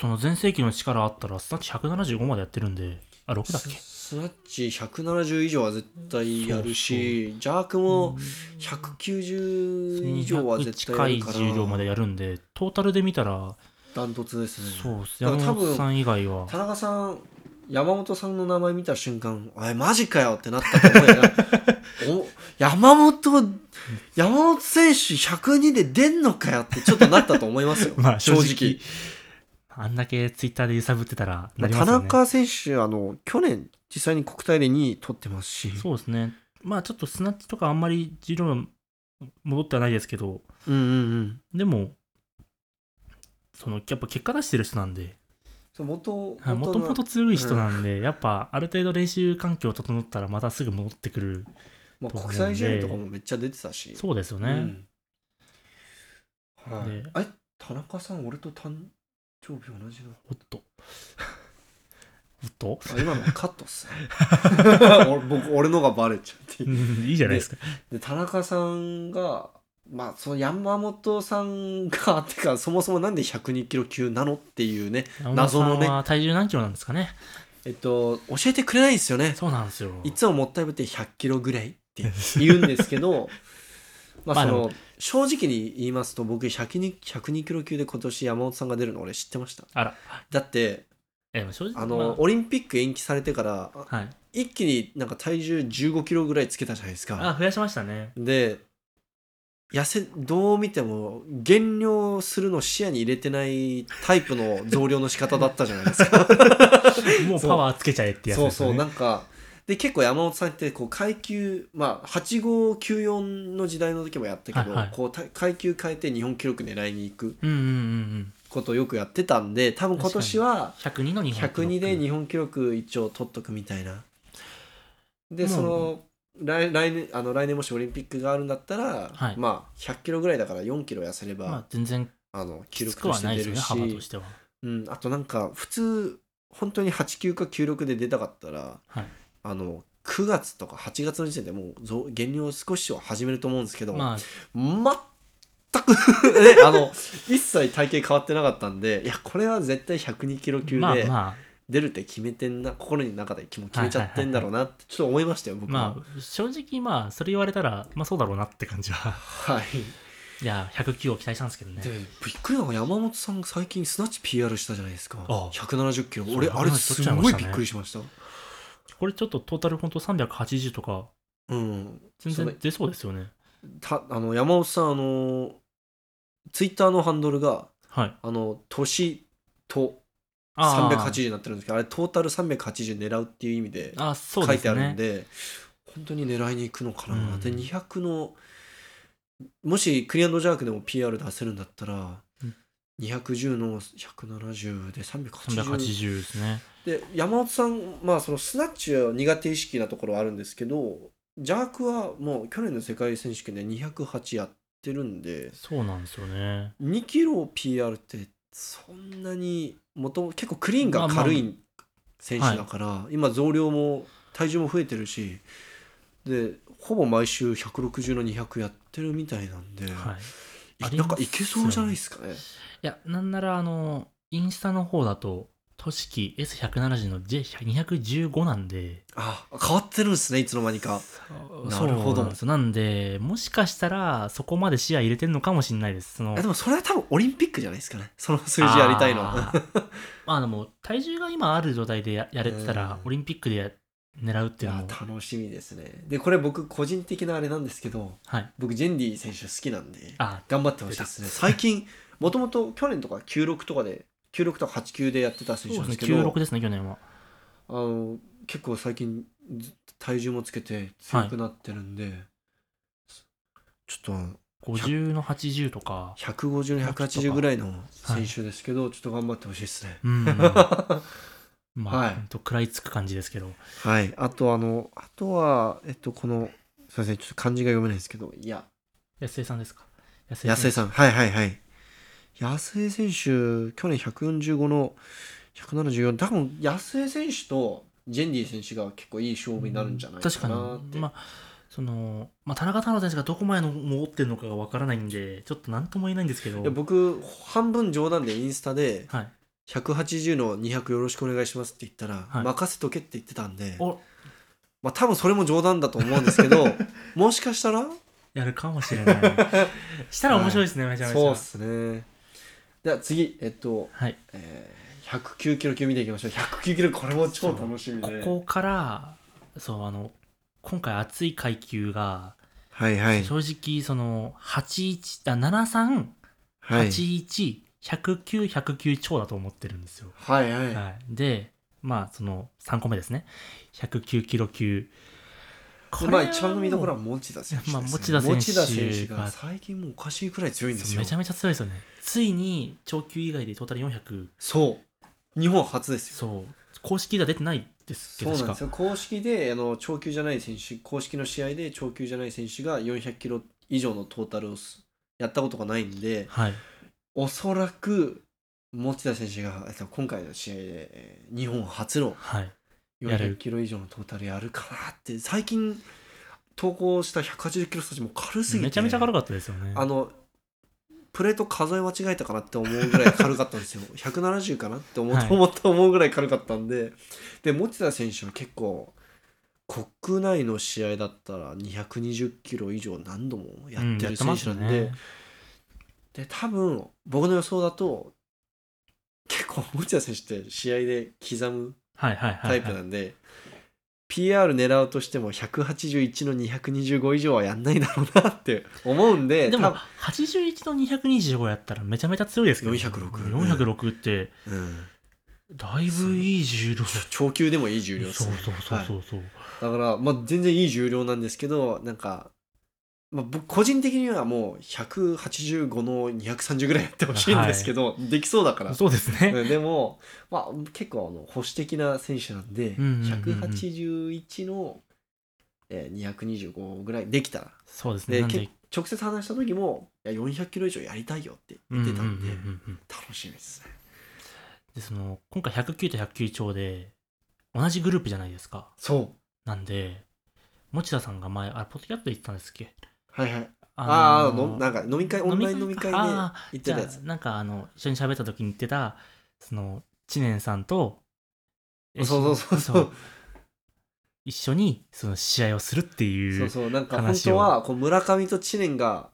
B: その前世紀の力あったら、スナッチ175までやってるんで、あ、6だっ
A: ス
B: け
A: スナッチ170以上は絶対やるしジャークも190以上は絶
B: 近
A: 対や
B: い
A: るか
B: 重量まで
A: ら
B: やるんで、トータルで見たら、
A: ダントツですね
B: そうっす。
A: だか
B: 山
A: ら多分
B: 本さん以外は。
A: 田中さん山本さんの名前見た瞬間「あれマジかよ」ってなったと思うよ
B: (laughs)
A: お山本山本選手102で出んのかよってちょっとなったと思いますよ
B: (laughs) まあ、
A: 正
B: 正
A: 直
B: 直。あんだけツイッターで揺さぶってたら、なりま
A: 田
B: すよね。
A: 中選手あの去年実際に国体で2位取ってますし
B: そうですね。まあ、ちょっとスナッチとかあんまり重量戻ってはないですけど、
A: うんうんうん
B: でも、そのやっぱ結果出してる人なんで、
A: そう元
B: はいもともと強い人なんで、やっぱある程度練習環境整ったらまたすぐ戻ってくる。
A: まあ、国際試合とかもめっちゃ出てたし
B: そうですよ
A: う
B: ね。
A: んはい
B: で、
A: あれ田中さん俺と誕生日同じだ
B: おっと。おっと (laughs)
A: あ今のカットっすね (laughs) 俺僕俺のがバレちゃって
B: うんいいじゃないですか。
A: で田中さんがまあその山本さんが (laughs) てかそもそもなんで102キロ級なのっていうね謎のね
B: 山本さんは体重何キロなんですかね。
A: えっと教えてくれないんですよね
B: そうなんですよ。
A: いつももったいぶって100キロぐらいって言うんですけ (laughs) どま
B: ま
A: あ
B: あ
A: そ
B: で
A: の
B: も
A: 正直に言いますと僕102 102キロ級で今年山本さんが出るの俺知ってました
B: あら。
A: だって
B: え正直
A: あの、
B: ま
A: オリンピック延期されてからあ
B: あはい。
A: 一気になんか体重15キロぐらいつけたじゃないですか
B: あ、増やしまし
A: (laughs)
B: たね。
A: で痩せどう見ても減量するの視野に入れてないタイプの増量の仕方だったじゃない
B: (laughs)
A: ですか
B: もうパワーつけちゃえってやつ
A: そう
B: です
A: そ
B: よ
A: う
B: ね。
A: なんかで結構山本さんってこう階級まあ8594の時代の時もやったけど、
B: はいはい
A: こうた階級変えて日本記録狙いに行く
B: うんうんうんうん。
A: ことをよくやってたんで多分今年は
B: 102の日本記録
A: 102で日本記録一応取っとくみたいなで
B: もう
A: その来来年あの来年もしオリンピックがあるんだったら、
B: はい
A: まあ100キロぐらいだから4キロ痩せれば、
B: まあ全然
A: あの記
B: きつ
A: 録
B: く
A: と
B: は
A: して
B: ないで
A: 出
B: すよ
A: る
B: ね、
A: し
B: 幅としては。
A: うん、あとなんか普通本当に89か96で出たかったら
B: はい。
A: あの9月とか8月の時点でもう増減量少しは始めると思うんですけど、
B: まあ、
A: 全く (laughs) ねあの一切体型変わってなかったんでいやこれは絶対102キロ級で。
B: まあま
A: 出るって決めてんな心の中で決め決めちゃってんだろうなってちょっと思いましたよ
B: あ、
A: 僕は
B: まあ、正直まあ、それ言われたら、まあそうだろうなって感じは。
A: はい
B: (laughs) いや、109を期待したんですけどね
A: で。びっくりなのが山本さんが最近スナッチ PR したじゃないですか
B: ああ
A: 170キロ
B: そう
A: 俺あれすごいびっくりしました
B: これちょっとトータル本当380とか、
A: うん
B: 全
A: そ
B: 然
A: う
B: 出そうですよね。
A: たあの山本さんあのツイッターのハンドルが
B: はい。
A: あの年と
B: あー
A: 380になってるんですけどあれトータル380狙うっていう意味で
B: あ、そう
A: 書
B: で
A: いてあ
B: す
A: るん
B: ね。
A: で本当に狙いに行くのかな、
B: うん
A: で200のもしクリアンドジャークでも PR 出せるんだったら、
B: うん
A: 210の170で380
B: 380ですね。
A: で山本さんまあそのスナッチは苦手意識なところはあるんですけどジャークはもう去年の世界選手権で208やってるんで
B: そうなんですよね。
A: 2キロ PR ってそんなに元々結構クリーンが軽い選手だから、今増量も体重も増えてるしでほぼ毎週160の200やってるみたいなんで、
B: はい。
A: い
B: あり
A: なんか
B: ますよね
A: いけそうじゃないですかね。
B: いや、なんなら、あの、インスタの方だと、としき S170 の J215 なんで、
A: あ変わってるんですねいつの間にか。なるほど
B: そうなんですよなんで、もしかしたら、そこまで視野入れてるのかもしれないです。その
A: えでもそれは多分オリンピックじゃないですかねその数字やりたいのは。(laughs)
B: あーまあでも、体重が今ある状態でややれてたら、
A: うん
B: オリンピックでや狙うっ
A: い
B: ていうの
A: や
B: も、
A: 楽しみですね。でこれ僕個人的なあれなんですけど
B: はい。
A: 僕ジェンディ選手好きなんで。
B: あ
A: 頑張ってほしいですね
B: 出た
A: 最近もともと去年とか96とかで96とか89でやってた
B: そ
A: 選手な
B: うで
A: ん
B: す
A: で
B: ね、
A: すけど
B: 96ですね、去年は。
A: あの結構最近ず体重もつけて強くなってるんで、ちょっと
B: 50の80とか。
A: 150の180ぐらいの選手ですけど、ちょっと頑張ってほしいですね (laughs)
B: うん。まあ、
A: はい
B: ほんと食らいつく感じですけど。
A: はいあとあのあとはえっとこのすいませんちょっと漢字が読めないですけどいや
B: 安江さんですか安
A: 安
B: さん
A: 江さんはいはいはい安江選手去年145の174多分安江選手とジェンディ選手が結構いい勝負になるんじゃないかなっ
B: 確か
A: て、
B: に、まあそのまあ、田中太郎選手がどこまでの持ってるのかがわからないんでちょっと何とも言えないんですけど
A: いや僕半分冗談でインスタで
B: はい、
A: 180の200よろしくお願いしますって言ったら、
B: はい
A: 任せとけって言ってたんで
B: お
A: まあ多分それも冗談だと思うんですけ
B: (laughs)
A: どもしかしたら
B: やるかもし
A: (laughs)
B: れないしたら面白いですね、めちゃめちゃ
A: そうっすねでは次えっと、
B: はい、
A: えー109キロ級見ていきましょう109キロこれも超楽しみ
B: こ
A: で
B: こからそうあの今回熱い階級が、
A: はいはい
B: 正直その81あ
A: はい
B: 7381109109109超だと思ってるんですよ
A: はいはい、
B: はい、で、まあ、その3個目ですね、109キロ級。こ
A: で
B: れ
A: まあ
B: は
A: 一番見どころは持田選手です、ね。
B: まあ持田選手が
A: 持田選手が最近もうおかしいくらい強いんですよ
B: めち。ゃめちゃ強いですよね。ついに長級以外でトータル400、
A: そう。日本初ですよ。
B: そう、公式では出てないですけ
A: そ
B: ど、
A: うなん
B: 確か
A: です。よ。公式であの長級じゃない選手、公式の試合で長級じゃない選手が400キロ以上のトータルをすやったことがないんで
B: はい。
A: おそらく持田選手がえっと今回の試合でえー日本初の
B: はい。やる
A: 400キロ以上のトータルやるかなって最近投稿した180キロたちも軽すぎて
B: めちゃめちゃ軽かったですよね。
A: あのプレート数え間違えたかなって思うぐらい軽かったんです
B: (laughs)
A: よ170かなって思,、
B: はい
A: 思った思うぐらい軽かったんでで持田選手は結構国内の試合だったら220キロ以上何度もや
B: うん
A: ってる選手なんで、。
B: やってますね
A: で多分僕の予想だと結構持田選手って試合で刻む
B: はいはいは
A: タ
B: い
A: イプ
B: はい。
A: なんで、PR 狙うとしても181の225以上はやんないだろうなって思うんで
B: で
A: 多
B: も
A: 分
B: 81の225やったらめちゃめちゃ強いですけど
A: 406
B: 406って
A: うん
B: だいぶいい重量
A: ちょ超級でもいい重量です
B: そう
A: ね
B: そうそうそうそう、
A: はいだから、まあ、全然いい重量なんですけどなんか、まあ、僕個人的にはもう185の230ぐらいやってほしいんですけど、できそうだから
B: そうですね、
A: うんでも、まあ、結構あの保守的な選手なんで、
B: うんうんうんうん
A: 181の、えー、225ぐらいできたら
B: そうですね
A: で
B: なんで
A: け直接話した時もいや400キロ以上やりたいよって言ってたんで、
B: うんうんうんうんうん
A: 楽しみですね
B: でその今回109と109超で同じグループじゃないですか
A: そう
B: なんで持田さんが前あれポッドキャストで言ってたんですっけ
A: はいはいあ
B: あ
A: ーあのなんか飲み会オンライン飲み会で行
B: あー
A: って
B: じ
A: た
B: ゃ
A: やつ
B: あなんかあの一緒に喋った時に言ってたその知念さんとえ
A: そうそうそうそう
B: そう一緒にその試合をするっていう
A: そうそうなんか本
B: 話
A: 当
B: を
A: はこう村上と知念が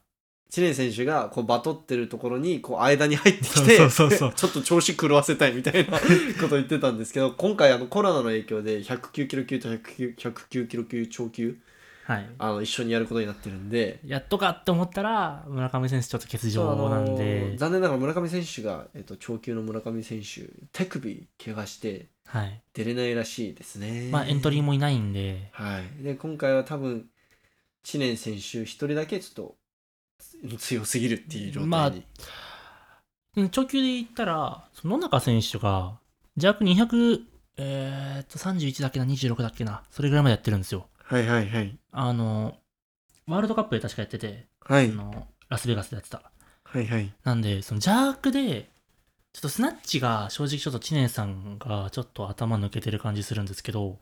A: 知念選手がこうバトってるところにこう間に入ってきて
B: そうそうそうそう
A: (laughs) ちょっと調子狂わせたいみたい
B: (laughs)
A: なこと言ってたんですけど今回あのコロナの影響で109キロ級と109 109キロ級超級
B: はい、
A: あの一緒にやることになってるんで
B: やっとかって思ったら村上選手ちょっと欠
A: そうあ
B: 場
A: の
B: なんで、
A: 残念ながら村上選手が、えっと、超級の村上選手手首怪我して
B: はい
A: 出れないらしいですね。
B: まあ、エントリーもいないんで、
A: はい、で今回は多分知念選手一人だけちょっと強すぎるっていう状態に、
B: まあうん長球で言ったらその野中選手が弱200えーっと31だっけな26だっけなそれぐらいまでやってるんですよ
A: はいはいはい
B: あのワールドカップで確かやってて、
A: は
B: あのラスベガスでやってた
A: はいはい
B: なんでその邪悪でちょっとスナッチが正直ちょっと知念さんがちょっと頭抜けてる感じするんですけど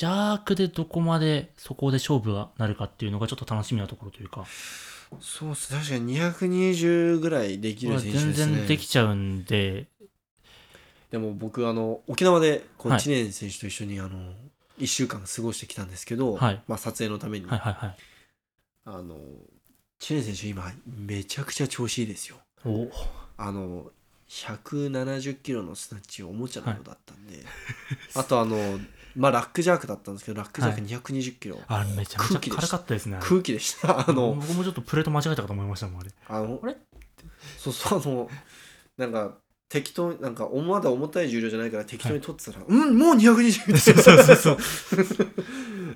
B: 邪悪でどこまでそこで勝負がなるかっていうのがちょっと楽しみなところというか
A: そうっす確かに220ぐらいできる選手です
B: 全
A: ね
B: 然できちゃうんで
A: でも僕あの沖縄でこ
B: は
A: う
B: い
A: 知念選手と一緒にあの1週間過ごしてきたんですけど、
B: はい
A: まあ、撮影のために、
B: はいはいはい
A: あの知念選手今めちゃくちゃ調子いいですよ
B: お
A: あの170キロのスナッチをおもちゃのようだったんで、 (laughs) あとあのまあラックジャークだったんですけどラックジャーク220キロ、
B: あれめちゃめちゃ軽かったですねあれ
A: 空気でしたあ
B: (laughs)
A: の
B: 僕もちょっとプレート間違えたかと思いましたもんあれ
A: あの
B: あれ
A: そうそうあのなんか適当になんかおまだ重たい重量じゃないから適当に取ってたら、うんもう220みたいな
B: (laughs) そうそうそう
A: (laughs)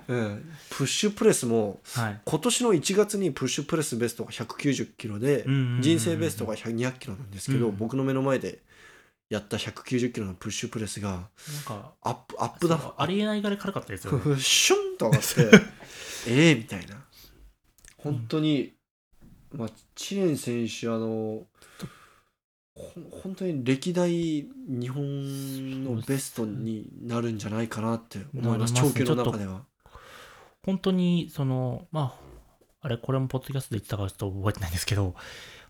A: うん、プッシュプレスも
B: はい
A: 今年の1月にプッシュプレスベストが190キロで、
B: うんうんうんうん
A: 人生ベストが200キロなんですけど、
B: うん
A: 僕の目の前でやった190キロのプッシュプレスが
B: なんか
A: アップアップダウン
B: そうありえないぐらい軽かったですよね
A: シュンと上がって (laughs) ええみたいな本当に、まあ知念選手あのほん本当に歴代日本のベストになるんじゃないかなって思います
B: な
A: 長
B: りますね
A: 距離の中では
B: 本当にそのまああれこれもポッドキャストで言ってたかちょっと覚えてないんですけど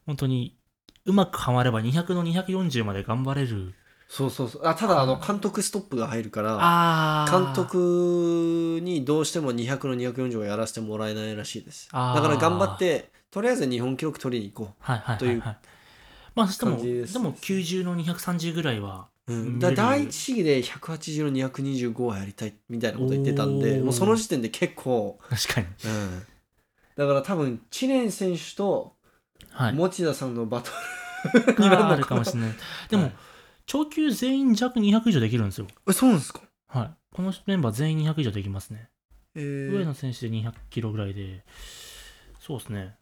B: 本当にうまくはまれば200の240まで頑張れる
A: そうそうそうあただあの監督ストップが入るから
B: あー
A: 監督にどうしても200の240をやらせてもらえないらしいです
B: あー
A: だから頑張ってとりあえず日本記録取りに行こ
B: はいはい
A: と
B: はいいうはいまあそしても
A: 感じ
B: で
A: です
B: も90の230ぐらいは
A: う、うん
B: うん
A: だから第一試技で180の225はやりたいみたいなこと言ってたんで
B: おー
A: もうその時点で結構、
B: 確かに
A: うん、だから多分知念選手と
B: はい
A: 持田さんのバトルになる
B: が
A: の
B: あ
A: か
B: るかもしれないで
A: は
B: も
A: い
B: 長級全員弱200以上できるんですよ
A: えそうなんですか
B: はいこのメンバー全員200以上できますね
A: え
B: 上
A: ー
B: 野選手で200キロぐらいでそうですね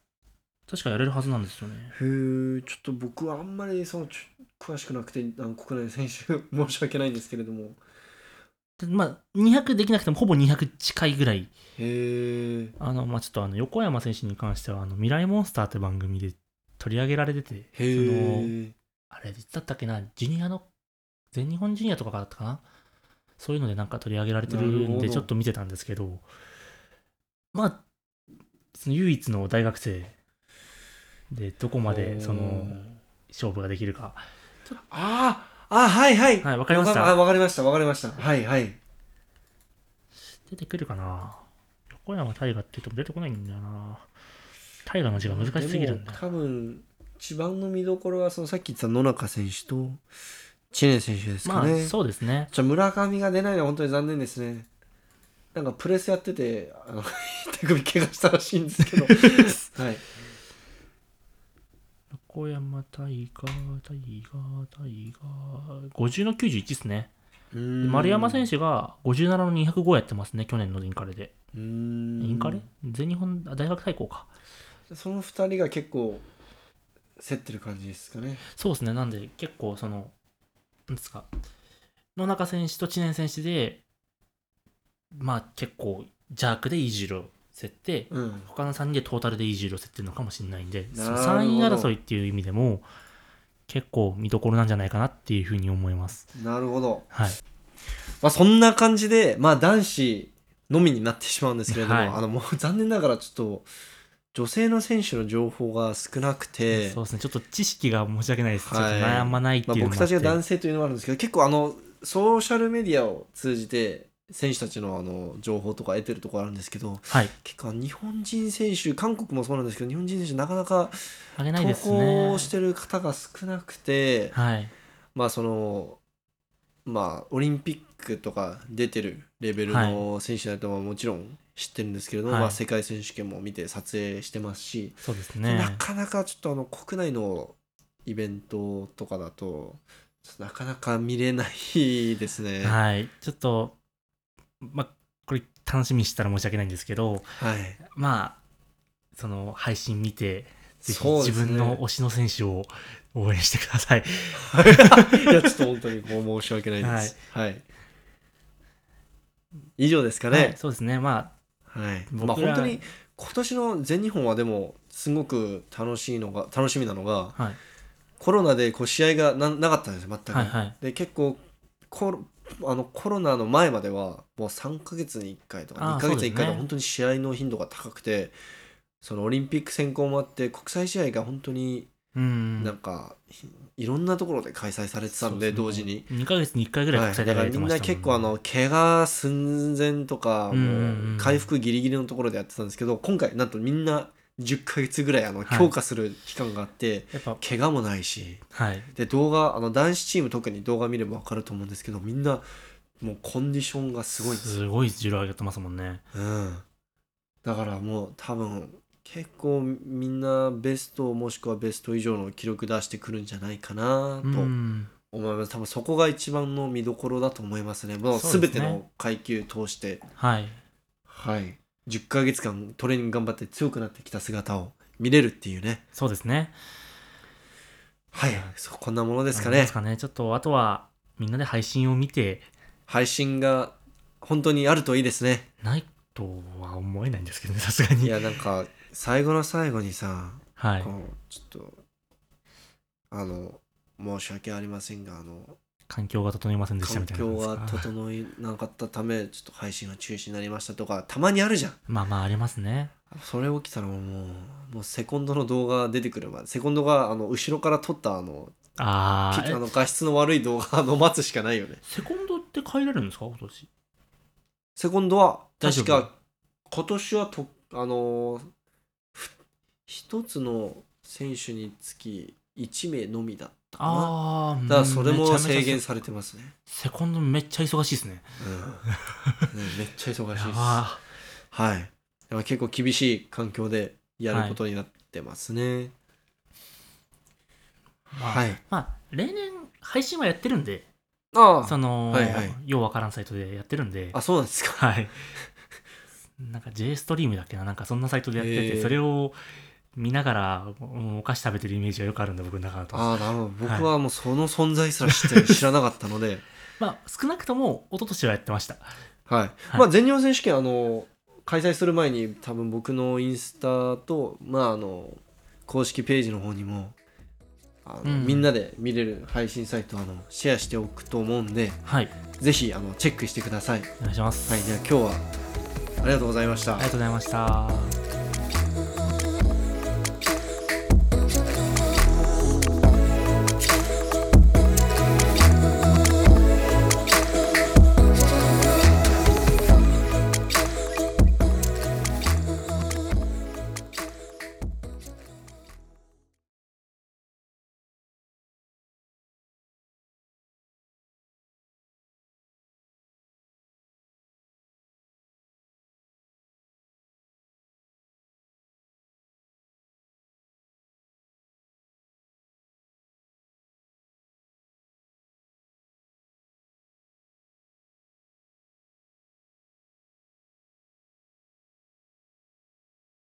B: 確かやれるはずなんですよね
A: へーちょっと僕はあんまりそのちょ詳しくなくてあの国内の選手申し訳ないんですけれども
B: でまあ、200できなくてもほぼ200近いぐらい
A: へえ
B: あの、まあ、ちょっとあの横山選手に関しては「あの未来モンスター」って番組で取り上げられててその
A: へえ
B: あれいつだったっけなジュニアの全日本ジュニアとかだったかなそういうのでなんか取り上げられて
A: な
B: る
A: る
B: ん
A: ほ
B: で
A: ど
B: ちょっと見てたんですけどまあその唯一の大学生でどこまでその勝負ができるか
A: あーあはいはい
B: はいわかりました
A: わあわかりましたわかりましたはいはい
B: 出てくるかな横山大河って言っても出てこないんだよな大河の字が難しすぎるんだ
A: でも多分一番の見どころはそのさっき言ってた野中選手と知念選手です
B: ま
A: かね、
B: あそうですね
A: じゃあ村上が出ないのは本当に残念ですねなんかプレスやっててあの (laughs) 手首怪我したらしいんです
B: (laughs)
A: けどはい
B: 横山大河大河大河50の91ですね
A: う
B: で
A: ーん
B: 丸山選手が57の205やってますね去年のインカレで
A: うーん
B: インカレ全日本あ大学対抗か
A: その2人が結構競ってる感じですかね
B: そうですねなんで結構そのなんですか野中選手と知念選手でまあ結構ジャークでイージルを競って
A: うん
B: 他の3人でトータルでいい重量を競ってるのかもしれないんで
A: なるほど
B: 3位争いっていう意味でも結構見どころなんじゃないかなっていうふうに思います
A: なるほど
B: はい
A: まあ、そんな感じで、まあ、男子のみになってしまうんですけれども、
B: はい
A: あのもう (laughs) 残念ながらちょっと女性の選手の情報が少なくて
B: そ、うですねちょっと知識が申し訳ないです、
A: はい
B: ちょっと悩まないって
A: まあ、
B: いうのも
A: 僕
B: あ
A: た
B: っ
A: ち
B: て
A: が男性というのもあるんですけど結構あのソーシャルメディアを通じて選手たちのあの情報とか得てるところあるんですけど
B: はい
A: 結構日本人選手韓国もそうなんですけど日本人選手なかなか
B: あげな
A: 投
B: いですね
A: 稿してる方が少なくて、
B: はい
A: まあそのまあオリンピックとか出てるレベルの選手だとはもちろん知ってるんですけれども、
B: はい
A: まあ、世界選手権も見て撮影してますし、
B: そうですね
A: なかなかちょっとあの国内のイベントとかだとちょっとなかなか見れないですね。は
B: はいちょっとまあこれ楽しみにしてたら申し訳ないんですけど
A: い、
B: まあその配信見てぜひ
A: そう
B: 自
A: ですね
B: 分の推しの選手を応援してください
A: (laughs) いやちょっと本当にこう申し訳ないです。はい、以上ですか
B: はい
A: ね。
B: そうですねまあ
A: はい、
B: 僕
A: まあ
B: ら
A: 本当に今年の全日本はでもすごく楽しいのが楽しみなのが、
B: はい
A: コロナでこう試合がななかったんですよ全く、
B: はいはい
A: で結構コロあのコロナの前まではもう3ヶ月に1回とか
B: あー
A: 2ヶ
B: そう
A: 月
B: で
A: に1
B: すね
A: 回とか本当に試合の頻度が高くてそのオリンピック選考もあって国際試合が本当に
B: うん
A: なんか、いろんなところで開催されてたので同時に。
B: 2ヶ月に1回ぐらい
A: はい、
B: 国際
A: だ
B: 大
A: から
B: 会やっ
A: み
B: て
A: ん
B: ました
A: な
B: もん
A: 結構あの怪我寸前とか
B: うんうんうん
A: もう回復ギリギリのところでやってたんですけど今回なんとみんな10ヶ月ぐらいあの
B: はい
A: 強化する期間があって
B: やっぱ
A: 怪我もないし
B: はい
A: で動画あの男子チーム特に動画見れば分かると思うんですけどみんなもうコンディションがすごいんですよ、
B: すごい重量上げてますもんね
A: うん、だからもう多分結構みんなベストもしくはベスト以上の記録出してくるんじゃないかな
B: う
A: と
B: ん
A: 思います、多分そこが一番の見どころだと思いますねもう
B: そうで
A: 全
B: す
A: て
B: ね
A: の階級通して、
B: はい
A: はい、10ヶ月間トレーニング頑張って強くなってきた姿を見れるっていうね
B: そうですね
A: はいそうこんなものですか
B: あり
A: ね
B: ますかねちょっとあとはみんなで配信を見て
A: 配信が本当にあるといいですね
B: ないとは思えないんですけどね (laughs) さすが
A: い
B: に
A: やなんか最後の最後にさ、
B: はい
A: このちょっとあの申し訳ありませんがあの
B: 環境が整いませんでした
A: 環
B: みたいな
A: 境が
B: やつですか
A: 整いなかったためちょっと配信が中止になりましたとかたまにあるじゃん
B: まあまあありますね
A: それ起きたらもうもうセコンドの動画出てくるまでセコンドがあの後ろから撮ったあの
B: あ
A: ピあ
B: あ
A: の画質の悪い動画の待つしかない (laughs) よね
B: セコンドって変えれるんですか今年
A: セコンドは
B: 大丈
A: 確
B: 夫
A: か今年はとあのふ一つの選手につき1名のみだったかな
B: ああ
A: ただそれも制限されてますね。
B: セコンドめっちゃ忙しいですね
A: うんねめっちゃ忙しい
B: や
A: で
B: ば
A: す。
B: ー
A: はい。だから結構厳しい環境でやることになってますね。
B: まあ
A: はい。
B: まあ例年配信はやってるんで
A: あ
B: そ
A: あ、
B: の、
A: はいはい
B: ようわからんサイトでやってるんで、
A: あそうなんですか。
B: はい。なんか J ストリームだっけな、なんかそんなサイトでやってて、
A: へー
B: それを見ながらうんお菓子食べてるイメージがよくあるんで、僕の中だと。
A: ああ、なるほど。僕はもうその存在すら知って知らなかったので、
B: まあ、少なくとも、一昨年はやってました。
A: はい、
B: い
A: まあ全日本選手権あの開催する前に多分僕のインスタとまああの公式ページの方にもあの、
B: うん
A: みんなで見れる配信サイトをあのシェアしておくと思うんで
B: はい。
A: ぜひあのチェックしてください。は
B: お願いします。
A: い、では今日はありがとうございました
B: あり。がとうございました。